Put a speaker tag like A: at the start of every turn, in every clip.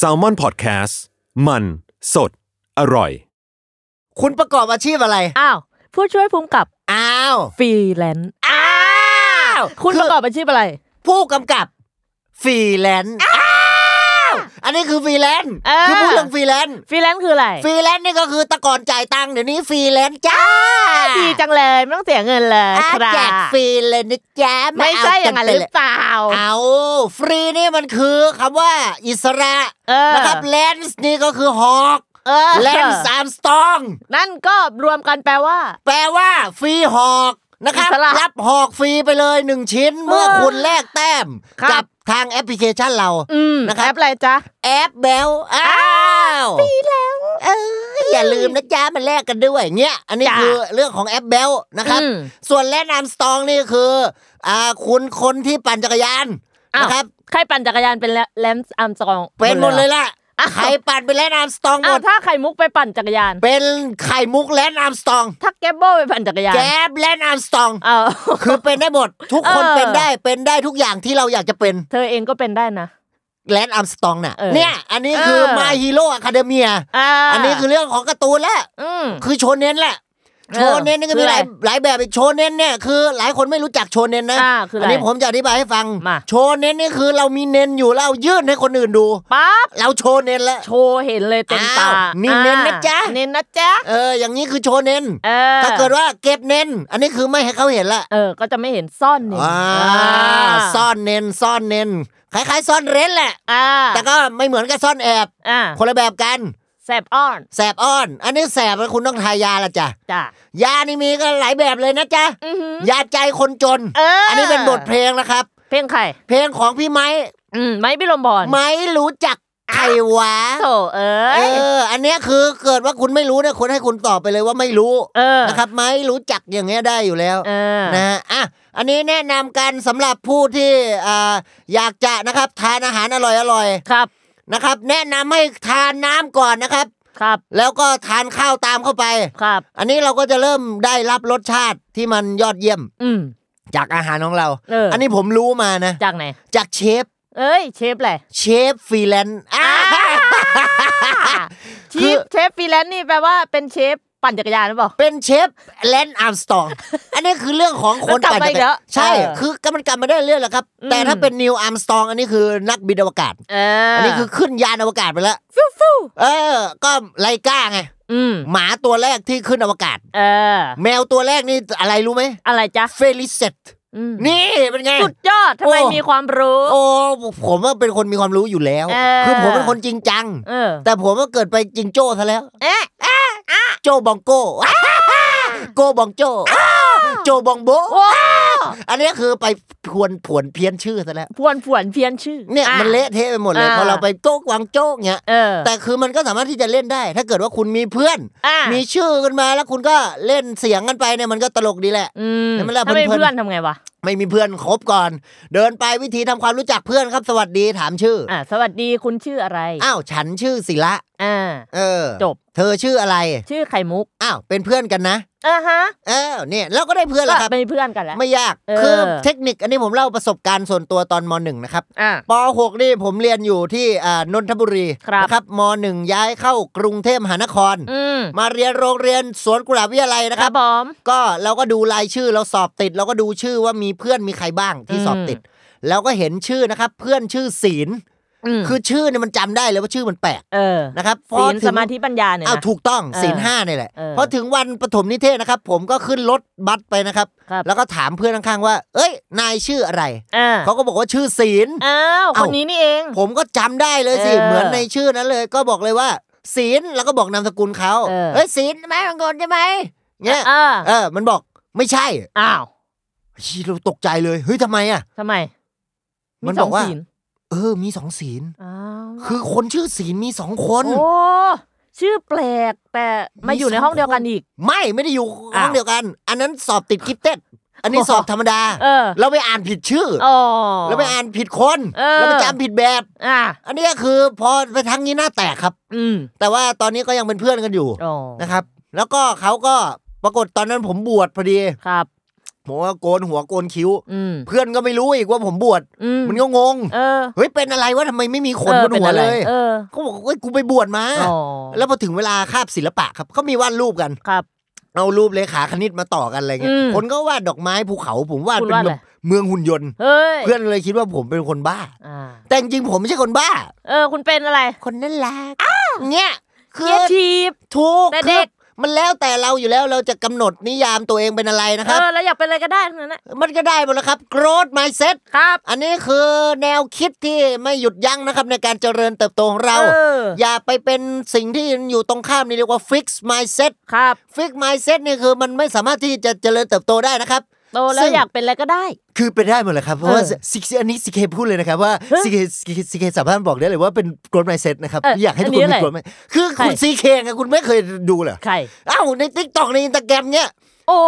A: s a l m o n PODCAST มันสดอร่อย
B: คุณประกอบอาชีพอะไร
C: อ้าวผู้ช่วยภูมิกับ
B: อ้าว
C: ฟรีแลนซ์
B: อ้าว
C: คุณประกอบอาชีพอะไร
B: ผู้กำกับฟรีแลนซ์อ้าวอันนี้คือฟรีแลนซ์
C: เออ
B: คือพูดเรื่องฟรีแลนซ์
C: ฟรีแลนซ์คืออะไร
B: ฟรีแลนซ์นี่ก็คือแตะก่อนจ่ายตังค์เดี๋ยวนี้ฟรีแลนซ์จ้า
C: ดีจังเลยไม่ต้องเสียเงินเลย
B: อ่ะ
C: ครับ
B: แจกฟรีเลยนะจ๊ะ
C: ไม่ใช่อย่างนั้นห
B: เา
C: รื
B: กั
C: อ
B: ป
C: เปล่า
B: เอาฟรีนี่มันคือคำว่าอิสระ
C: เออ
B: นะครับแลนซ์นี่ก็คือฮอก
C: เออ
B: แลนซ์สามสตอง
C: นั่นก็รวมกันแปลว่า
B: แปลว่าฟรีหอกนะครับ
C: อิสระ
B: รับหอกฟรีไปเลยหนึ่งชิ้น เมื่อคุณแลกแต้ม
C: ครับ
B: กัทางแอปพลิเคชันเรา
C: อืม
B: นะ
C: นะ
B: ค
C: ค
B: รั
C: รับ บอะไรจ๊ะ
B: แอปแบลอ้าวฟรีแล้วเอออย่าลืมนะจ๊ะมันแลกกันด้วยเงี้ยอันนี้
C: จ้ะ
B: คือเรื่องของแอปแบลนะครับ
C: อืม
B: ส่วนแลนด์อาร์มสตรองนี่คืออ่าคุณคนที่ปั่นจักรยาน
C: อ้าว
B: นะครับ
C: ใครปั่นจักรยานเป็นแลนซ์อัมสตรอง
B: เป็นหมดเลย
C: หรอ
B: ล่ะ
C: อ้าว
B: ใครปั่นเป็นแลนด์อาร์มสตรองห
C: อ้าม ว
B: ด
C: ถ้าไข่มุกไปปั่นจักรยาน
B: เป็นไข่มุกแลนด์อาร์มสตรอง
C: ถ้าแกบโบไปปั่นจักรยาน
B: แก๊บแลนด์อาร์มสตรอง
C: เออ
B: คือเป็นได้หมดทุกคน
C: เออ
B: เป็นได้เป็นได้ทุกอย่างที่เราอยากจะเป็น
C: เธอเองก็เป็นได้นะ
B: แลนด์อัมสตองน่ะ
C: เออ
B: เนี่ย อันนี้คือ
C: เออ
B: My Hero Academia
C: อ่า
B: อันนี้คือเรื่องของการ์ตูนแหละ
C: อืม
B: คือโชเน้นแหละ
C: เออ
B: โชเน้นนี่ก็มี
C: คื
B: ห
C: ออะไร
B: ลายหลายแบบอีกโชเน้นเนี่ยคือหลายคนไม่รู้จักโชเน้นนะ
C: อ่าคืออะไร
B: นนี้ผมจะอธิบายให้ฟัง
C: มา
B: โชเน้นนี่คือเรามีเน้นอยู่แล้วเรายื่นให้คนอื่นดู
C: ปั๊บ
B: เราโชเน้นแล้ว
C: โชว์เห็นเลยเต็มตา
B: อ้าวนี่เน้นนะจ๊ะ
C: อ่าเน้นนะจ๊ะ
B: เอออย่างนี้คือโชเน้น
C: เออ
B: ถ้าเกิดว่าเก็บเน้น อันนี้คือไม่ให้เขาเห็นละ
C: เออ ก็จะไม่เห็นซ่อนเนี่ย
B: อ่าซ่อนเน้นซ่อนเน้นคล้ายๆ ซ่อนเร้นแหละ
C: อ่า
B: แต่ก็ไม่เหมือนกับซ่อนแอบ
C: อ่า
B: คนละแบบกัน
C: แสบอ้อน
B: แสบอ้อน อันนี้แสบแล้วคุณต้องทายาละจ้ะ
C: จ้ะ
B: ยานี่มีก็หลายแบบเลยนะจ๊ะ
C: อือหือย
B: าใจคนจน
C: เอออั
B: นนี้เป็นบทเพลงนะครับ
C: เพลงใคร
B: เพลงของพี่ไม้
C: อืมไม่พี่ลมพร
B: ไม้รู้จักไขวะ
C: โถเอ้
B: เอย อ อันเนี้ยคือเกิดว่าคุณไม่รู้เนี่ยคุณให้คุณตอบไปเลยว่าไม่รู้
C: เออ
B: นะครับไม้รู้จักอย่างเงี้ยได้อยู่แล้ว
C: เออ
B: นะฮะอ่ะ อันนี้แนะนำกันสำหรับผู้ที่อ่าอยากจะนะครับทานอาหารอร่อยๆ
C: ครับ
B: นะครับ แนะนำให้ทานน้ำก่อนนะครับ
C: ครับ
B: แล้วก็ทานข้าวตามเข้าไป
C: ครับ
B: อันนี้เราก็จะเริ่มได้รับรสชาติที่มันยอดเยี่ยม
C: อืม
B: จากอาหารของเรา
C: เอออั
B: นนี้ผมรู้มานะ
C: จากไหน
B: จากเชฟ
C: เอ้ย เชฟแหละ
B: เชฟฟรีแลนซ์อ่า คื
C: เชี
B: อ
C: ฟเชฟฟรีแลนซ์นี่แปลว่าเป็นเชฟปั่นจักรยานหรือเปล่า
B: เป็นเชฟแลนด์อาร์มสตอง อันนี้คือเรื่องของคน
C: มันกลับ
B: ปั่นจั
C: มา
B: ก
C: อี
B: ร
C: กแล้
B: ยาน
C: ว
B: ใช่
C: เออ
B: คือก็มันกลับมาได้เรื่อยแหละครับ แต่
C: อืม
B: ถ้าเป็นนิวอาร์มสตองอันนี้คือนักบินอวกาศ
C: เออ
B: อั
C: อั
B: นนี้คือขึ้นยานอวกาศไปแล้ว
C: ฟิวฟิว
B: เออ ก็ไลกาไง
C: อืม
B: หมาตัวแรกที่ขึ้นอวกาศ
C: เออ
B: แมวตัวแรกนี่อะไรรู้ไหม
C: อะไรจ๊ะ
B: เฟลิเซต
C: อืม
B: นี่เป็นไง
C: สุดยอดทำไม
B: โอ้
C: มีความรู้
B: โอ้ผมว่าเป็นคนมีความรู้อยู่แล้ว
C: เออ
B: คือผมเป็นคนจริงจัง
C: เออ
B: แต่ผมว่าเกิดไปจริงโจ้ซะแล้ว
C: เอ๊ะ
B: โจบองโก้โกบองโจโจบองโบ
C: โอ้
B: อันนี้คือไปพวนผวนเพี้ยนชื่อซะแล้ว
C: พวนผวนเพี้ยนชื่อ
B: เนี่ย
C: อ่ะ
B: มันเละเทะไปหมดเลย
C: อ่า
B: พอเราไปโก้กวางโจ้เงี้ย
C: เออ
B: แต่คือมันก็สามารถที่จะเล่นได้ ถ้าเกิดว่าคุณมีเพื่อน
C: อ่ะ
B: มีชื่อกันมาแล้วคุณก็เล่นเสียงกันไปเนี่ยมันก็ตลกดีแหละ
C: อืม
B: เดี๋ยวมันเลิก
C: ถ้าไม่
B: เพลินๆ
C: เพื่อนทำไงวะ
B: ไม่มีเพื่อนคบก่อน เดินไปวิธีทำความรู้จักเพื่อนครับ สวัสดีถามชื่ออ
C: อ่ะสวัสดีคุณชื่ออะไร
B: อ้าวฉันชื่อศิระ
C: อ่า
B: เออ
C: จบ
B: เธอชื่ออะไร
C: ชื่อไข่มุก
B: อ้าวเป็นเพื่อนกันนะ
C: อ่าฮะ
B: เออเนี่ยเราก็ได้เพื่อน
C: ก็
B: แล้วครับ
C: เป็นเพื่อนกันแล้ว
B: ไม่ยาก
C: เออ
B: คือเทคนิคอันนี้ผมเล่าประสบการณ์ส่วนตัวตอนมหนึ่งนะครับ
C: อ่า
B: ป .6 นี่ผมเรียนอยู่ที่อ่านนทบุรี
C: ครับ
B: นะครับมหนึ่งย้ายเข้ากรุงเทพมหานคร
C: อืม
B: มาเรียนโรงเรียนสวนกุหลาบวิทยาลัยนะ
C: ค
B: ค
C: รั
B: รั
C: บบ ผม
B: ก็เราก็ดูรายชื่อเราสอบติด เราก็ดูชื่อว่ามีเพื่อนมีใครบ้างที่
C: อืม
B: สอบติด แล้วก็เห็นชื่อนะครับ เพื่อนชื่อศีล
C: อืม
B: คือชื่อเนี่ยมันจำได้เลยว่าชื่อมันแปลก
C: เออ
B: นะครับพอ
C: ศีล
B: ถึง
C: สมาธิปัญญาเนี่ย
B: อ้าว
C: นะ
B: ถูกต้อง
C: เออ
B: ศีลห้าเนี่ยแหละ
C: เออ
B: พอถึงวันปฐมนิเทศนะครับ ผมก็ขึ้นรถบัสไปนะครับ
C: ครับ
B: แล้วก็ถามเพื่อนข้างๆว่า เอ้ย นายชื่ออะไร
C: อ่า
B: เขาก็บอกว่าชื่อศีล
C: อ้าว
B: เอ้า
C: คนนี้นี่เอง
B: ผมก็จำได้เลยสิ
C: เออ
B: เหมือนในชื่อนั้นเลย ก็บอกเลยว่าศีลแล้วก็บอกนามสกุลเขา
C: เออ
B: เอ้ยศีลไหมบางคนใช่ไหมเงี้ย
C: เออ
B: เออ มันบอกไม่ใช่
C: อ้าว
B: เฮ้ยเราตกใจเลย เฮ้ยทำไมอ่ะ
C: ทำไม
B: มันบอกว่า
C: สงศีล
B: เ เออ มีสองศีล
C: อ้าว
B: คือคนชื่อศีลมีสองคน
C: โอ้ชื่อแปลกแต่มาอยู่ในห้องเดียวกันอีก
B: ไม่ไม่ได้อยู่ห้องเดียวกัน อันนั้นสอบติดกิฟเต็ด อันนี้สอบธรรมดา
C: เออ
B: เราไปอ่านผิดชื่อ
C: อ๋อ
B: เราไปอ่านผิดคน
C: เออ
B: เราไปจำผิดแบบ
C: อ่ะ
B: อันนี้คือพอไปทั้งนี้หน้าแตกครับ
C: อืม
B: แต่ว่าตอนนี้ก็ยังเป็นเพื่อนกันอยู่
C: อ๋อ
B: นะครับ แล้วก็เขาก็ปรากฏตอนนั้นผมบวชพอดี
C: ครับ
B: ผมก็โกนหัวโกนคิ้ว
C: อืม
B: เพื่อนก็ไม่รู้อีกว่าผมบวช
C: อืม
B: มันก็งง
C: เออ
B: เฮ้ยเป็นอะไรวะทำไมไม่มีขน
C: อบอน ป็
B: หัว
C: อะไร
B: เลย
C: เออ
B: เขาบอกว่ากูไปบวชมา
C: อ๋อ
B: แล้วพอถึงเวลาคาบศิลปะครับเขามีวาดรูปกัน
C: ครับ
B: เอารูปเลขาคณิตมาต่อกันอะไรเงี้ย
C: อืม
B: คนก็วาดดอกไม้ภูเขาผมวาด
C: คุณ
B: เป็น
C: วาดอะไร
B: เมืองหุ่นยนต์
C: เฮ้ย
B: เพื่อนเลยคิดว่าผมเป็นคนบ้า
C: อ่า
B: แต่จริงๆผมไม่ใช่คนบ้า
C: เออ คุณเป็นอะไร
B: คนน่ารักเงี้ยคื
C: เคี
B: อย
C: ทีฟ
B: ถูก
C: แต่เด็ก
B: คือมันแล้วแต่เราอยู่แล้วเราจะกำหนดนิยามตัวเองเป็นอะไรนะค
C: เอ
B: รับ
C: อแล้วอยากเป็นอะไรก็ได้ทั้งนั้นนะ
B: มันก็ได้หมดแล้วครับ growth mindset
C: ครับ
B: อันนี้คือแนวคิดที่ไม่หยุดยั้งนะครับ ในการเจริญเติบโตของเรา
C: เออ
B: อย่าไปเป็นสิ่งที่อยู่ตรงข้ามนี่เรียกว่า fix mindset
C: ครับ
B: fix mindset นี่คือมันไม่สามารถที่จะเจริญเติบโตได้นะครับ
C: โตแล้
B: ซึ่
C: ว
B: ง
C: อยากเป็นอะไรก็ได้
B: คือเป็นได้หมดเลยครับ เพราะว่า
C: เออ
B: สิอันนี้สิเคพูดเลยนะครับ ว่า
C: ฮะ
B: สิเคสิเคสามารถบอกได้เลยว่าเป็นกรดไมเซ็ตนะครับ
C: เอออ
B: อยากให้ทุกคน
C: อันนี้
B: มี
C: อะไร
B: กรดไมคือ
C: ใคร
B: คุณสิเคไงคุณไม่เคยดูเหรอ
C: ใคร
B: เอ้าในทิกตอกในอินตาแกรมเนี้ย
C: โอ้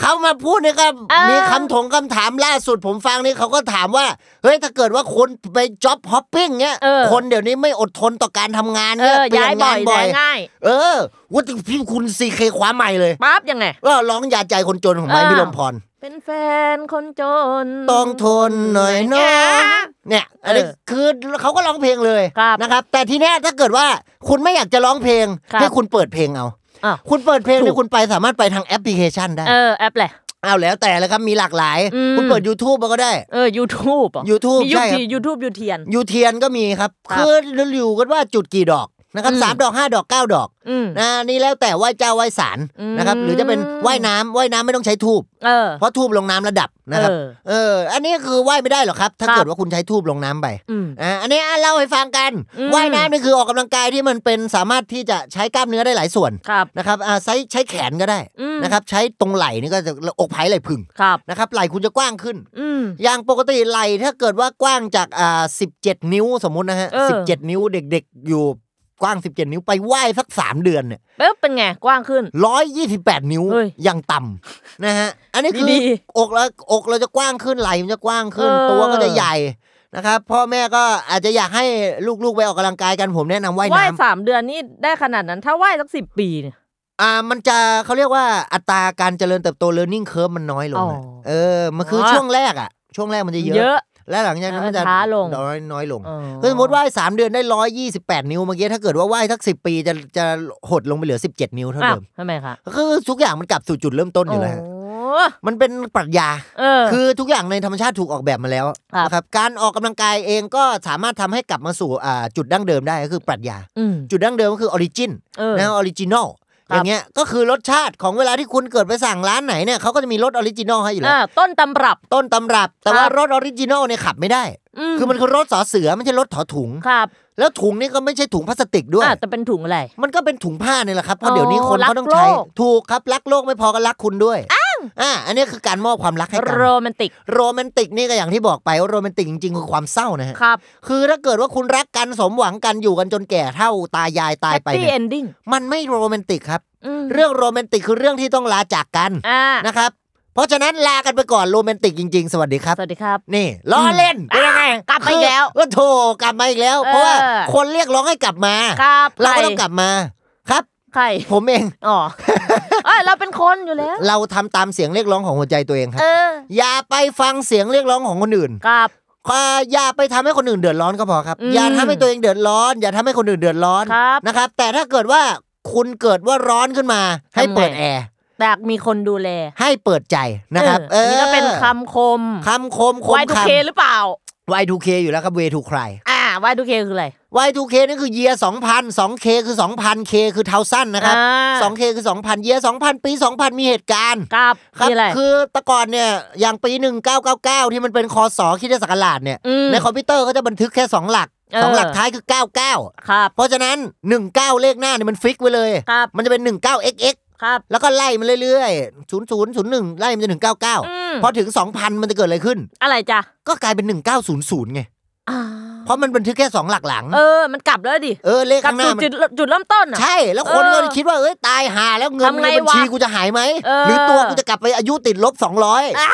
B: เขามาพูดเนี่ยครับ
C: เออ
B: มีคำถงคำถามล่าสุดผมฟังนี่เขาก็ถามว่า เฮ้ยถ้าเกิดว่าคนไปจ็อบฮอปปิ้งเนี้ย
C: เออ
B: คนเดี๋ยวนี้ไม่อดทนต่อการทำงาน
C: เอ
B: เนี้ย
C: อ
B: เปลี่
C: ย้าย ย
B: น
C: บ่
B: งา
C: อน ย
B: บ่อ
C: ย้า
B: ยย
C: ง่าย
B: เออว่าแต่พี่คุณซีเคคว้าใหม่เลย
C: ปั๊บยังไง
B: ก็ร้องยาใจคนจนของไม้
C: เออ
B: พิรมพร
C: เป็นแฟนคนจน
B: ต้องทนหน่อยเนาะเนี่ยอันนี้
C: เออ
B: คือเขาก็ร้องเพลงเลย
C: ครับ
B: นะครับ แต่ทีเนี้ยถ้าเกิดว่าคุณไม่อยากจะร้องเพลง
C: ครับ
B: ให้คุณเปิดเพลงเอา
C: อ้าว
B: คุณเปิดเพลงเนี่ยคุณไปสามารถไปทางแอปพลิเคชันได้
C: เออแอปแหละ
B: เอาแล้วแต่แล้วครับมีหลากหลาย
C: อืม
B: คุณเปิด YouTube มาก็ได้
C: เออ YouTube เหรอ
B: YouTube
C: มี
B: ใช่ครับ
C: ยูทูบยูเทียน
B: ยูเทียนก็มีครับ
C: ครับ
B: คืออยู่กันว่าจุดกี่ดอกนะครับ
C: อืม
B: สามดอกห้าดอกเก้าดอก
C: อืม
B: นะนี่แล้วแต่ไหว้เจ้าไหว้สารนะครับ
C: อืม
B: หรือจะเป็นไหว้น้ำไหว้น้ำไม่ต้องใช้ทูบ
C: เออ
B: เพราะทูบลงน้ำระดับนะครับ
C: เออ
B: เออ อันนี้คือไหว้ไม่ได้หรอกครับ ถ้า
C: ครับ
B: เกิดว่าคุณใช้ทูบลงน้ำไป
C: อืม
B: อ่ะอันนี้อ่ะเล่าให้ฟังกัน
C: อืม
B: ว่ายน้ำนี่คือออกกำลังกายที่มันเป็นสามารถที่จะใช้กล้ามเนื้อได้หลายส่วน
C: ครับ
B: นะครับอ่ะใช้ใช้แขนก็ได้
C: อืม
B: นะครับ ใช้ตรงไหล่นี่ก็จะอกไผ่ไหล่พึ่ง
C: ครับ
B: นะครับ ไหล่คุณจะกว้างขึ้น
C: อืม
B: อย่างปกติไหล่ถ้าเกิดว่ากว้างจากอ่าสิบเจ็ดนิ้วสมมุตินะฮะ
C: เออ
B: สิบเจ็ดนิ้วเด็กๆ อยู่กว้าง 17 นิ้วไปว่ายสัก 3 เดือนเนี่ย
C: เอ๊ะเป็นไง กว้างขึ้น
B: ร้อยยี่สิบแปดนิ้ว
C: เฮ้ย
B: ยังต่ำนะฮะอันนี้คือ
C: ดี
B: อกเราอกเราจะกว้างขึ้นไหล่มันจะกว้างขึ้น
C: เออ
B: ตัวก็จะใหญ่นะครับพ่อแม่ก็อาจจะอยากให้ลูกๆไปออกกำลังกายกันผมแนะนำว่าย
C: ว่าย
B: น้ำ
C: สามเดือนนี่ได้ขนาดนั้น ถ้าว่ายสักสิบปีเนี่ย
B: อ่ามันจะเขาเรียกว่าอัตราการเจริญเติบโต learning curve มันน้อยลงอะ
C: อ๋อ
B: เออมันคืออ
C: อ
B: ช่วงแรกอะช่วงแรกมันจะเย
C: เย
B: อะ
C: อะ
B: และหลังจากนั้นมันจะ
C: ช้าลง
B: น้อยน้อยลง
C: อ๋อ
B: คือสมมติว่ายสามเดือนได้ร้อยยี่สิบแปดนิ้วเมื่อกี้ถ้าเกิดว่าว่ายทักสิบปีจะจะหดลงไปเหลือสิบเจ็ดนิ้วเท่า
C: อ้าว
B: เดิม
C: ทำไมคะ
B: คือทุกอย่างมันกลับสู่จุดเริ่มต้นอยู่แล้วฮะ
C: โ
B: มันเป็นปรัชญา
C: เออ
B: คือทุกอย่างในธรรมชาติถูกออกแบบมาแล้ว
C: ครับ
B: นะครับการออกกำลังกายเองก็สามารถทำให้กลับมาสู่อ่าจุดดั้งเดิมได้ก็คือปรัชญา
C: ม
B: จุดดั้งเดิมก็คือออริจิน
C: เออ
B: นะออริจินอล
C: ค
B: อ
C: รับ
B: ย่างเงี้ยก็คือรสชาติของเวลาที่คุณเกิดไปสั่งร้านไหนเนี่ยเขาก็จะมีรสออริจินอลให้อยู่แล้
C: อ่าวต้นตำรับ
B: ต้นตำรับ แต่ว่า
C: ครับ
B: รสออริจินอลเนี่ยขับไม่ได้ คือมันคือรสสอเสือไม่ใช่รสถอถุง
C: ครับ
B: แล้วถุงนี่ก็ไม่ใช่ถุงพลาสติกด้วย
C: อ่าแต่เป็นถุงอะไร
B: มันก็เป็นถุงผ้าเนี่ยแหละครับ เพราะ
C: อ๋อ
B: เดี๋ยวนี้คนเขาต้องใช้
C: รักโลก
B: ถูกครับ รักโลกไม่พอก็รักคุณด้วย อ้าวอ่า อันนี้คือการมอบความรักให้กัน
C: โรแมนติก
B: โรแมนติกนี่ก็อย่างที่บอกไปว่าโรแมนติกจริงๆคือความเศร้านะฮะ
C: ครับ
B: คือถ้าเกิดว่าคุณรักกันสมหวังกันอยู่กันจนแก่เท่าตายายตายไป
C: Happy
B: เนี่ย
C: Ending
B: มันไม่โรแมนติกครับ
C: อืม
B: เรื่องโรแมนติกคือเรื่องที่ต้องลาจากกัน
C: อ่า
B: นะครับ เพราะฉะนั้นลากันไปก่อนโรแมนติกจริง ๆ สวัสดีครับ
C: สวัสดีครับ
B: นี่ล้อเล่นเป็นยังไง
C: กลับมาอีกแล้ว
B: ก็โถกลับมาอีกแล้ว เพราะว่า
C: เออ
B: คนเรียกร้องให้กลับมา
C: ครับ
B: เรา
C: ใค
B: ก็ต้องกลับมาครับ
C: ใคร
B: ผมเอง
C: อ๋อ เอ้ยเราเป็นคนอยู่แล้ว
B: เราทำตามเสียงเรียกร้องของหัวใจตัวเองครั
C: เอบ อ
B: อย่าไปฟังเสียงเรียกร้องของคนอื่น
C: ครับ
B: อ่าอย่าไปทำให้คนอื่นเดือดร้อนก็พอครับ
C: อืม
B: อย่าทำให้ตัวเองเดือดร้อน อย่าทำให้คนอื่นเดือดร้อน
C: ครับ
B: นะครับ แต่ถ้าเกิดว่าคุณเกิดว่าร้อนขึ้นมา ให้
C: ทำไง
B: เปิดแอร์
C: อยากมีคนดูแล
B: ให้เปิดใจนะครับ
C: เอออันนี่ก็เป็นคำคม
B: คำคมคม
C: วายทู
B: ค
C: เคหรือเปล่า
B: ำ Y2K อยู่แล้วครับ Way to Cry
C: อ่าวายทูเคคืออะไร
B: Y2K นั่นคือเยียร์2,000 2K คือ 2,000 K คือเทาสั้นนะครับ
C: อ่า
B: 2K คือ 2,000 เยียร์2,000 ปี 2,000 มีเหตุการณ์
C: ครับ
B: ครับ
C: นี่อะไร
B: คือแต่ก่อนเนี่ย อย่างปี 1999 ที่มันเป็นคอสอคิดศักราชเนี่ย
C: อืม
B: ในคอมพิวเตอร์เขาจะบันทึกแค่ 2 หลัก
C: เออ
B: 2 หลักท้ายคือ 99
C: ครับ
B: เพราะฉะนั้น 19 เลขหน้าเนี่ยมันฟิกไว้เลย
C: ครับ
B: มันจะเป็น 19xx
C: ครับ
B: แล้วก็ไล่มันเรื่อยๆ 0001 ไล่มันจะ
C: อืม
B: 199 พอถึง 2,000 มันจะเกิดอะไรขึ้น
C: อะไรจ้ะ
B: ก็กลายเป็น 1900ไง
C: อ่า
B: เพราะมันบันทึกแค่สองหลักหลัง
C: เออ มันกลับแล้วดิ
B: เออเลข
C: กลับ
B: ข้างหน้า
C: สู่
B: มัน
C: จุดจุดเริ่มต้นอ่ะ
B: ใช่ แล้วคนก็
C: เออ
B: คิดว่าเอ้ยตายหาแล้วเงิน
C: ทำไง
B: ในบัญชี
C: วะ
B: กูจะหายไหม
C: เออ
B: หรือตัวกูจะกลับไปอายุติดลบสองร้อย
C: อ่า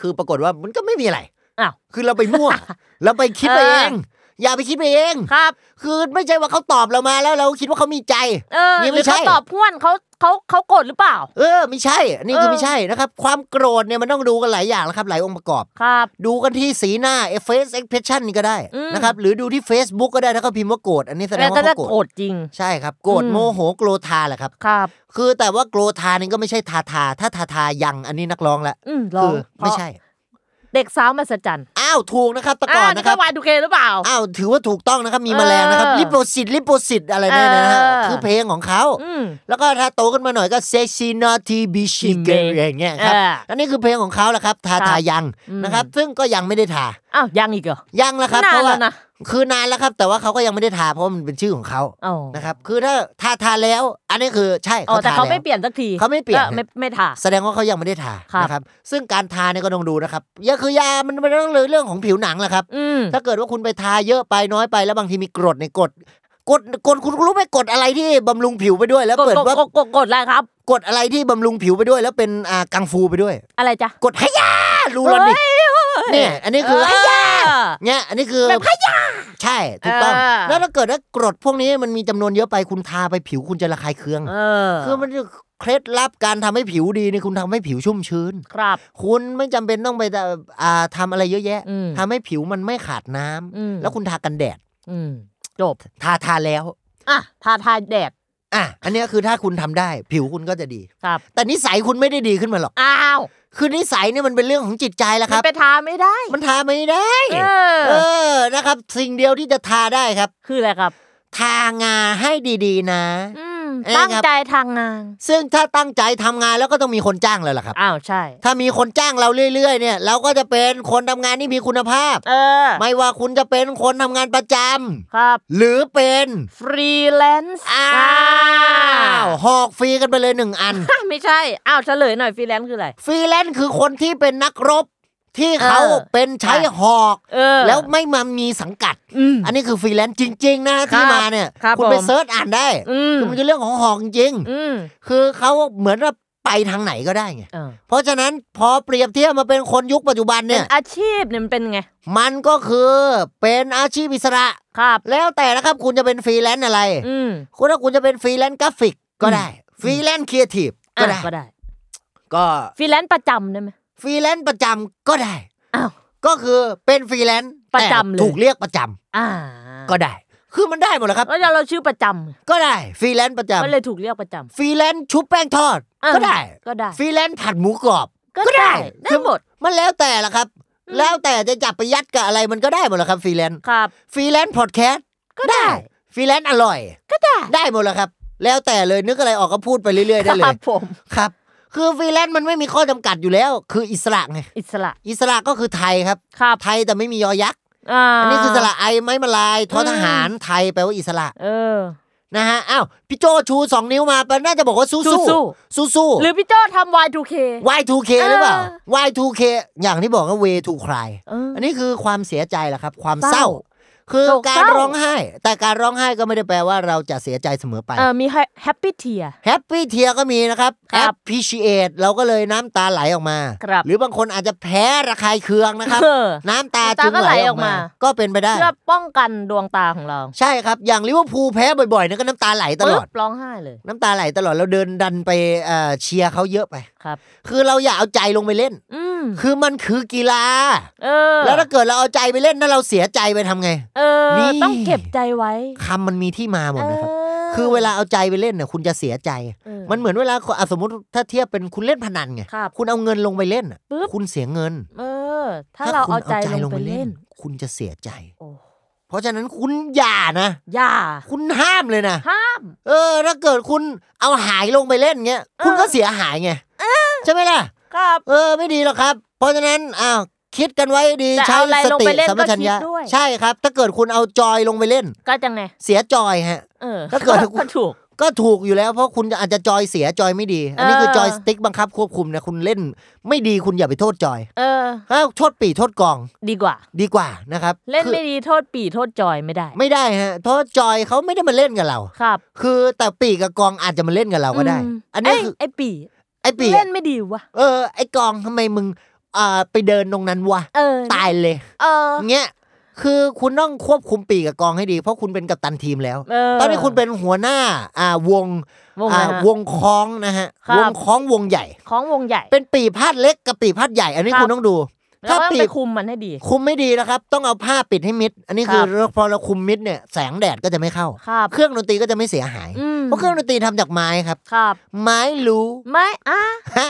B: คือปรากฏว่ามันก็ไม่มีอะไร
C: อ้าว
B: คือเราไป มั่ว เราไปคิดไป
C: เออ
B: เองอย่าไปคิดไปเอง
C: ครับ
B: คือไม่ใช่ว่าเขาตอบเรามาแล้วเราคิดว่าเขามีใจ
C: เออ
B: นี่
C: ห
B: ไม่
C: รือ
B: ใช่
C: เขาตอบพ่วนเขาเขาเขาโกรธหรือเปล่า
B: เออไม่ใช่ นี่คือ
C: เออ
B: ไม่ใช่นะครับ ความโกรธเนี่ยมันต้องดูกันหลายอย่างนะครับ หลายองค์ประกอบ
C: ครับ
B: ดูกันที่สีหน้า face expression นี่ก็ได้
C: อืม
B: นะครับ หรือดูที่ Facebook ก็ได้ถ้าเขาพิมพ์ว่าโกรธอันนี้แสด
C: แต่
B: งว่า
C: ถ้า
B: เขาโก
C: โก
B: ร
C: ร
B: ธ
C: ธจริง
B: ใช่ครับโกรธ
C: อืม
B: โมโหโกรธาแหละครับ
C: ครับ
B: คือแต่ว่าโกรธานี่ก็ไม่ใช่ทาทา ถ้าทาทายังอันนี้นักร้องละ
C: อืมลอ
B: คื
C: ง
B: ไม่ใช่
C: เด็กสาวมหัศจรรย์
B: อ้าวถูกนะครับแตะก่อน
C: าว
B: นะครับ
C: วายดูเคหรือเปล่า
B: อ้าวถือว่าถูกต้องนะครับมี
C: เอ
B: แม
C: อ
B: ลงนะครับลิปโปซิตลิปโปซิตอะไรเนี่ยนะฮะ
C: เออ
B: คือเพลงของเขา
C: อืม
B: แล้วก็ถ้าโตขึ้นมาหน่อยก็เซ็กซี่นอทีบิชิเกอ
C: Shigey
B: อย่างเงี้ย
C: เอ
B: ครับ
C: อ
B: อันนี้คือเพลงของเขาแหละครับ ทา
C: ครับ
B: ทายัง
C: อืม
B: นะครับ ซึ่งก็ยังไม่ได้ทา
C: อ้าวยังอีกเหรอ
B: ยังนะครับ
C: นา
B: เพราะ
C: นแล้
B: ว่า
C: วนะ
B: คือนานแล้วครับ แต่ว่าเขาก็ยังไม่ได้ทาเพราะว่ามันเป็นชื่อของเขา
C: อ๋อ
B: นะครับ คือถ้าทาทาแล้ว อันนี้คือใช่
C: อ๋อแต่เขา
B: ทแล้
C: ไม่
B: ว
C: เปลี่ยนสักที
B: เขาไม่เปลี่ยน
C: ออไม่ไม่ถ่า
B: แสดงว่าเขายังไม่ได้ทา
C: ครับ
B: นะครับ ซึ่งการทาเนี่ยก็ต้องดูนะครับยาคือยามันเป็นเรื่องเรื่องของผิวหนังแหละครับ
C: อืม
B: ถ้าเกิดว่าคุณไปทาเยอะไปน้อยไปแล้วบางทีมีกรดในกรดกรดกรดคุณรู้ไหมกรดอะไรที่บำรุงผิวไปด้วย แล้ว
C: กด
B: เกิด
C: กด
B: ว่าก
C: ดกดกดอะไรครับ
B: กรดอะไรที่บำรุงผิวไปด้วย แล้วเป็นอ่ากังฟูไปด้วย
C: อะไรจ๊ะ
B: กรดฮยารู้แล้วนี่เนี่ยอันนี้คือ
C: เ
B: ฮยา
C: เออ
B: เนี่ยอันนี้คือ
C: แบบขยะ
B: ใช่ถูกต้อง
C: เออ
B: แล้วถ้าเกิดว่ากรดพวกนี้มันมีจำนวนเยอะไปคุณทาไปผิวคุณจะระคายเคือง
C: เออ
B: คือมันจะเคล็ดลับการทำให้ผิวดีนี่คุณทำให้ผิวชุ่มชื้น
C: ครับ
B: คุณไม่จำเป็นต้องไปแต่อ่าทำอะไรเยอะแยะ
C: อืม
B: ทำให้ผิวมันไม่ขาดน้ำ
C: อืม
B: แล้วคุณทากันแดด
C: อืมจบ
B: ทาทาแล้ว
C: อ่ะทาทาแดด
B: อ่ะอันเนี้ยคือถ้าคุณทำได้ ผิวคุณก็จะดี
C: ครับ
B: แต่นิสัยคุณไม่ได้ดีขึ้นมาหรอก
C: อ้าว
B: คือนิสัยเนี่ยมันเป็นเรื่องของจิตใจแหละค
C: มั
B: รั
C: น
B: บ
C: ไปทาไม่ได้
B: มันทาไม่ได้
C: เออ
B: เออนะครับ สิ่งเดียวที่จะทาได้ครับ
C: คืออะไรครับ
B: ทางาให้ดีๆนะ
C: อืม
B: เอ้ย
C: ตั้ง
B: ครับ
C: ใจทางงาน
B: ซึ่งถ้าตั้งใจทำงานแล้วก็ต้องมีคนจ้างเลยล่ะครับ
C: อ้าวใช่
B: ถ้ามีคนจ้างเราเรื่อย ๆ เนี่ย เราก็จะเป็นคนทำงานที่มีคุณภาพ
C: เออ
B: ไม่ว่าคุณจะเป็นคนทำงานประจำ
C: ครับ
B: หรือเป็น
C: ฟรีแลนซ์
B: อ้าวหอกฟรีกันไปเลยหนึ่งอัน
C: ไม่ใช่อ้าวเฉ ลยหน่อยฟรีแลนซ์คืออะไร
B: ฟรีแลนซ์คือคนที่เป็นนักรบ ที่เขา
C: เออ
B: เป็นใช้หอก
C: เออ
B: แล้วไม่มามีสังกัด
C: อืม
B: อันนี้คือฟรีแลนซ์จริง ๆ นะที่มาเนี่ย
C: ครับ
B: ณไป
C: ผม
B: เซิร์ชอ่านได้
C: อืม
B: คือมันคือเรื่องของหอกจริงๆ
C: อืม
B: คือเขาเหมือนว่าไปทางไหนก็ได้ไง
C: เออ
B: เพราะฉะนั้นพอเปรียบเทียบมาเป็นคนยุคปัจจุบัน
C: เป็
B: เนี่
C: น
B: ย
C: อาชีพเนี่ยมันเป็นไง
B: มันก็คือเป็นอาชีพอิสระ
C: ครับ
B: แล้วแต่นะครับคุณจะเป็นฟรีแลนซ์อะไร
C: อืม
B: คุณถ้าคุณจะเป็นฟรีแลนซ์กราฟิกก็ได้ ฟรีแลนซ์ครีเอทีฟก็
C: อ่ะ
B: ได้
C: ก็ได้
B: ก็
C: ฟรีแลนซ์ประจำได้ไหม
B: ฟรีแลนซ์ประจำก็ได้
C: อ้าว
B: ก็คือเป็นฟรีแลนซ์
C: ประจำ
B: แต่
C: เลย
B: ถูกเรียกประจำ
C: อ่า
B: ก็ได้ คือมันได้หมดแหละครับ
C: แล้วเราชื่อประจ
B: ก็ได้ฟรีแลนซ์ประจำ
C: ำก็เลยถูกเรียกประจ
B: ฟรีแลนซ์ชุบแป้งทอด
C: ำอ่ะ
B: ก็ได้
C: ก็ได้
B: ฟรีแลนซ์ผัดหมูกรอบ
C: ก็
B: ก็ได้
C: ได้ได้หมด
B: มันแล้วแต่ละครับ
C: อืม
B: แล้วแต่จะจับไปยัดกับอะไรมันก็ได้หมดแหละครับฟรีแลนซ์
C: ครับ
B: ฟรีแลนซ์พอดแคสต์
C: ก็ได้
B: ฟรีแลนซ์อร่อย
C: ก็ได้
B: ได้หมดแหละครับ แล้วแต่เลยนึกอะไรออกก็พูดไปเรื่อยๆได้เล
C: ครั
B: ย
C: บผม
B: ครับ คือฟรีแลนซ์มันไม่มีข้อจำกัดอยู่แล้ว คืออิสระไง
C: อิสระ
B: อิสระก็คือไทยครับ
C: ครับ
B: ไทยแต่ไม่มียอยักษ์
C: อ่า
B: อันนี้คือสระไอไม้มาลายทอทหาร
C: อืม
B: ไทยแปลว่าอิสระ
C: เออ
B: นะฮะอ้าวพี่โจชูสองนิ้วมาแปลน่าจะบอกว่าสู้สู้
C: สู้
B: สู้สู้
C: หรือพี่โจทำ Y2K
B: Y2K หรือเปล่า Y2K อย่างที่บอกว่า way to cry
C: เอออ
B: อันนี้คือความเสียใจแหละครับ ความเศ
C: เศ
B: ร้า
C: ร้า
B: คือ
C: โศก
B: การ
C: เศร้า
B: ร้องไห้ แต่การร้องไห้ก็ไม่ได้แปลว่าเราจะเสียใจเสมอไป
C: เออมีแฮปปี้เทีย
B: แฮปปี้เทียก็มีนะครับ
C: ครับ
B: appreciate เราก็เลยน้ำตาไหลออกมา
C: ครับ
B: หรือบางคนอาจจะแพ้ระคายเคืองนะครับ
C: เออ
B: น้ำตา
C: น้ำตา
B: จึง
C: ก็
B: ไห
C: ไห
B: ล
C: ล
B: อ
C: อ
B: อ
C: อก ก
B: มา
C: มา
B: ก็เป็นไปได้
C: เพื่อป้องกันดวงตาของเรา
B: ใช่ครับ อย่างลิเวอร์พูลแพ้บ่อยๆเนี่ยก็น้ำตาไหลตลอด
C: ปึ๊บร้องไห้เลย
B: น้ำตาไหลตลอดเราเดินดันไปเอ่อเชียร์เขาเยอะไป
C: ครับ
B: คือเราอย่าเอาใจลงไปเล่น
C: อืม
B: คือมันคือกีฬา
C: เออ
B: แล้วถ้าเกิดเราเอาใจไปเล่นถ้าเราเสียใจไปทำไง
C: เออ
B: นี่
C: ต้องเก็บใจไว้
B: คำมันมีที่มาหมดนะครับ
C: เ
B: คือเวลาเอาใจไปเล่นเนี่ยคุณจะเสียใจ
C: เออ
B: มันเหมือนเวลาอ่ะสมมติถ้าเทียบเป็นคุณเล่นพนันไง
C: ครับ
B: ณเอาเงินลงไปเล่นน่ะ
C: ปึ๊บ
B: คุณเสียเงิน
C: เออ ถ้าเรา
B: คุณ
C: เอาใจลงไปเล่น
B: คุณจะเสียใจ
C: โอ้
B: เพราะฉะนั้นคุณอย่านะ
C: อย่า
B: คุณห้ามเลยนะ
C: ห้าม
B: เออถ้าเกิดคุณเอาหายลงไปเล่นเงี้ย คุณก็เสียหายไงใช่ไหมล่ะ
C: ครับ
B: เออไม่ดีหรอกครับ เพราะฉะนั้นอ้าวคิดกันไว้ดี
C: แต่
B: ใช้
C: เอาอะไร
B: ส
C: ลง
B: ติ
C: ไปเล่น
B: สัมปชัญญะ
C: ก็คิดด้วย
B: ใช่ครับ ถ้าเกิดคุณเอาจอยลงไปเล่น
C: ก็จังไง
B: เสียจอยฮะ
C: เออ
B: ถ้าเกิด
C: ก็ถูก
B: ก็ถูกอยู่แล้วเพราะคุณอาจจะจอยเสียจอยไม่ดี อันนี้คือ
C: เออ
B: จอยสติ๊กบังคับควบคุมนะคุณเล่น ไม่ดีคุณอย่าไปโทษจอย
C: เออ
B: อ้าวโทษปีโทษกอง
C: ดีกว่า
B: ดีกว่านะครับ
C: เล่น
B: คือ
C: ไม่ดีโทษปีโทษจอยไม่ได้
B: ไม่ได้ฮะเพราะจอยเขาไม่ได้มาเล่นกับเรา
C: ครับ
B: คือแต่ปีกับกองอาจจะมาเล่นกับเราก็ได้
C: อืม
B: อันนี้คือ
C: ไอ้ยไอ้ปี
B: ไอ้ปี
C: เล่นไม่ดีวะ
B: เออไอ้กองทำไมมึงอ่าไปเดินตรงนั้นวะ
C: เออ
B: ตายเลย
C: เออ
B: เงี้ยคือคุณต้องควบคุมปีกกับกองให้ดี เพราะคุณเป็นกัปตันทีมแล้ว
C: เ
B: ตอนนี้คุณเป็นหัวหน้าอ่าวง
C: วง
B: อ่า
C: อะไรนะ
B: วงคล้องนะฮะ
C: ครับ
B: วงคล้องวงใหญ่
C: ของวงใหญ่
B: เป็นปีพาดเล็กกับปีพาดใหญ่ อันนี้
C: ครับ
B: คุณต้องดู
C: แล้ว
B: ถ้า
C: ก็ต้อง
B: ปี
C: ไป
B: ก
C: คุมมันให้ดี
B: คุมไม่ดีนะครับ ต้องเอาผ้าปิดให้มิด อันนี้คือ
C: ครับ
B: เรื่องพอเราคุมมิดเนี่ยแสงแดดก็จะไม่เข้า
C: ครับ
B: เครื่องดนตรีก็จะไม่เสียหาย
C: อืม
B: เพราะเครื่องดนตรีทำจากไม้ครับ
C: ครับ
B: ไม้รู้
C: ไม้อ่ะ
B: ฮะ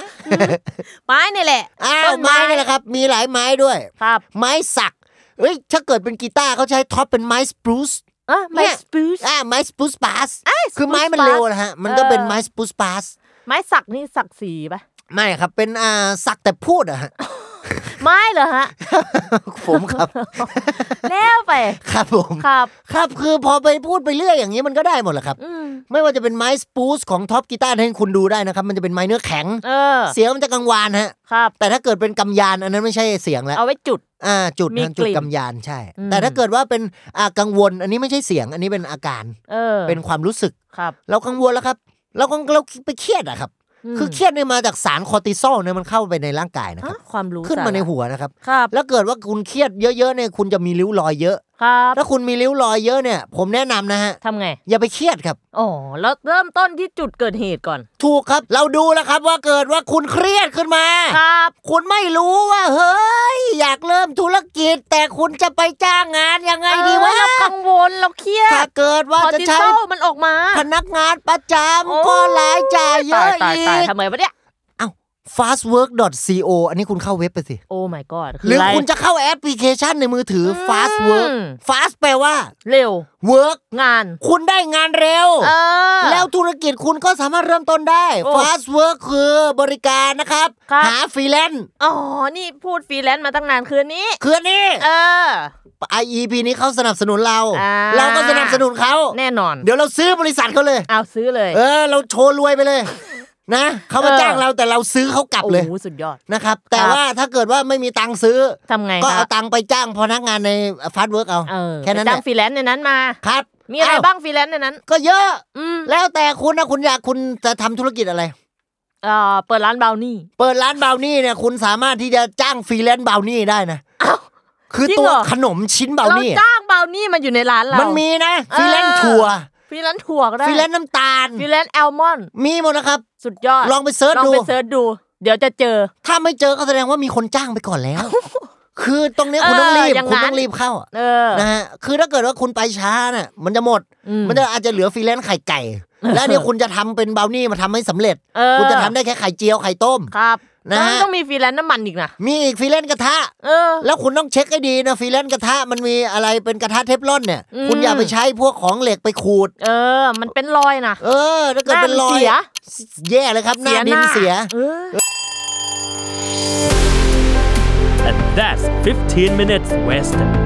C: ไม้นี่แหละ
B: อ้า
C: ต้
B: วนไม้นี่แหละครับ มีหลายไม้ด้วย
C: ครับ
B: ไม้สักเอ้ยถ้าเกิดเป็นกีตาร์เขาใช้ท็อปเป็นไม้สปรูซ
C: อ่ะไม้
B: เนี่ย
C: สปรูซ
B: อ่าไม้สปรูซปาส
C: เอ้ย
B: คือไม้
C: spruce
B: มันเร็วนะฮะ มันก็
C: เออ
B: เป็นไม้สปรูซปาส
C: ไม้สักนี่สักสีปะ
B: ไม่ครับ เป็นอ่าสักแต่พูดอะฮ ะ
C: ไม้เหรอฮะ
B: ผมครับ
C: แล้วไป
B: ครับผม
C: ครับ
B: ครับคือพอไปพูดไปเรื่อยอย่างนี้มันก็ได้หมดแหละครับ
C: อืม
B: ไม่ว่าจะเป็นไม้สปรูซของท็อปกีตาร์ให้คุณดูได้นะครับ มันจะเป็นไม้เนื้อแข็ง
C: เออ
B: เสียงมันจะกังวานฮะ
C: ครับ
B: แต่ถ้าเกิดเป็นกำยานอันนั้นไม่ใช่เสียงแล้ว
C: เอาไว้จุด
B: อ่าจุด
C: มี
B: นะจุ
C: กลิ่
B: ด
C: น
B: กำยานใช่
C: อืม
B: แต่ถ้าเกิดว่าเป็นอ่ากังวลอันนี้ไม่ใช่เสียง อันนี้เป็นอาการ
C: เออ
B: เป็นความรู้สึก
C: ครับ
B: เรากังวลแล้วครับ เรากังเราไปเครียดอะครับ
C: ม
B: คือเครียดเนี่ยมาจากสารคอร์ติซอลเนี่ยมันเข้าไปในร่างกายนะค
C: ฮะ
B: รับ
C: ความรู้
B: ขึ้นมาใน
C: สระ
B: หัวนะครับ
C: ครับ
B: แล้วเกิดว่าคุณเครียดเยอะๆเนี่ยคุณจะมีริ้วรอยเยอะ
C: ครับ
B: ถ้าคุณมีริ้วรอยเยอะเนี่ย ผมแนะนำนะฮะ
C: ทำไง
B: อย่าไปเครียดครับ
C: อ๋อแล้วเริ่มต้นที่จุดเกิดเหตุก่อน
B: ถูกครับ เราดูแล้วครับว่าเกิดว่าคุณเครียดขึ้นมา
C: ครับ
B: คุณไม่รู้ว่าเฮ้ย อยากเริ่มธุรกิจ แต่คุณจะไปจ้างงานยังไงดีวะ
C: เออเรากังวลเราเครีย
B: ถ้า
C: ด
B: เกิดว่า
C: คอ
B: จะ
C: ติ
B: ใช้
C: ซอลมันออกมา
B: พนักงานประจ
C: โอ้
B: ำก็รายจ่ายเยอะ
C: ตาย
B: อี
C: ตายตาย
B: ก
C: ทำไมวะเนี่ย
B: fastwork.co อันนี้คุณเข้าเว็บไปสิ
C: โอ้ my god
B: หรือ
C: ไ
B: คุณจะเข้าแอปพลิเคชันในมือถืออ
C: ม
B: fast work fast แปลว่า
C: เร็ว
B: work
C: งาน
B: คุณได้งานเร็ว
C: เออ
B: แล้วธุรกิจคุณก็สามารถเริ่มต้นได้
C: โอ้
B: fast work คือบริการนะครับ
C: ครับ
B: หาฟรีแลนซ์
C: อ๋อ นี่พูดฟรีแลนซ์มาตั้งนานคืนนี้
B: คืออันนี้
C: เออ
B: IEP นี้เขาสนับสนุนเรา
C: อ่า
B: เราก็สนับสนุนเขา
C: แน่นอน
B: เดี๋ยวเราซื้อบริษัทเขาเลย
C: เอาซื้อเลย
B: เออ เราโชว์รวยไปเลย นะเขามา
C: เออ
B: จ้างเราแต่เราซื้อเขากลับ
C: โอ้
B: เลย
C: โหสุดยอด
B: นะครับ แต่
C: ครับ
B: ว่าถ้าเกิดว่าไม่มีตังค์ซื้อ
C: ทำไง
B: ก็
C: ครั
B: เอา
C: บ
B: ตังค์ไปจ้างพนักงานใน fast work เอา
C: เออ
B: แค่นั้น
C: ไป
B: แห
C: จ้า
B: ละ
C: งฟรีแลนซ์ในนั้นมา
B: ครับ
C: มีอะไร
B: เ
C: บ้างฟรีแลนซ์ในนั้น
B: ก็เยอะ
C: อืม
B: แล้วแต่คุณนะคุณอยากคุณจะทำธุรกิจอะไร
C: เอ่อเปิดร้านเบลนี่
B: เปิดร้านบราวนี่เนี่ยคุณสามารถที่จะจ้างฟรีแลนซ์บราวนี่ได้นะ
C: อ้าว
B: คือ
C: จริง
B: ตัว
C: เหรอ
B: ขนมชิ้นบราว
C: เรา
B: นี่
C: จ้างเบลนี่มาอยู่ในร้านเรา
B: มั
C: มัน
B: มีนะฟรีแลนซ์ถั่ว
C: ฟรีแลนซ์ถั่วก็ได้
B: ฟรีแลนซ์น้ำตาล
C: ฟรีแลนซ์แอลมอนด์
B: มีหมดนะครับ
C: สุดยอด
B: ลองไปเซิร์ช
C: ลอง
B: ดู
C: ไปเสิร์ชดู เดี๋ยวจะเจอ
B: ถ้าไม่เจอก็แสดงว่ามีคนจ้างไปก่อน แล้ว คือตรงเนี้ยคุณ
C: เออ
B: ต้องรีบ
C: อย่าง
B: คุณ
C: นั้
B: ต้อน งรีบเข้า
C: เออ
B: นะฮะคือถ้าเกิดว่าคุณไปช้าน่ะมันจะหมด
C: อืม
B: มันจะอาจจะเหลือฟรีแลนซ์ไข่ไก่ แล้วเนี่ยคุณจะทำเป็นบราวนี่มาทำให้สำเร็จ
C: เออ
B: คุณจะทำได้แค่ไข่เจียวไข่ต้ม
C: ครับ
B: นะฮะ
C: แล้วต้องมีฟรีแลนซ์น้ำมันอีกนะ
B: มีอีกฟรีแลนซ์กระทะ
C: เออ
B: แล้วคุณต้องเช็คให้ดีนะฟรีแลนซ์กระทะมันมีอะไรเป็นกระทะเทฟลอนเนี่ย
C: อืม
B: คุณอย่าไปใช้พวกของเหล็กไปขูด
C: เออ มันเป็นรอยนะ
B: เออถ้าเกิดเป็นรอย
C: หน้ามันเสีย
B: แย่เลยครับหน้าดินเสีย
C: เออ
D: And that's 15 minutes west.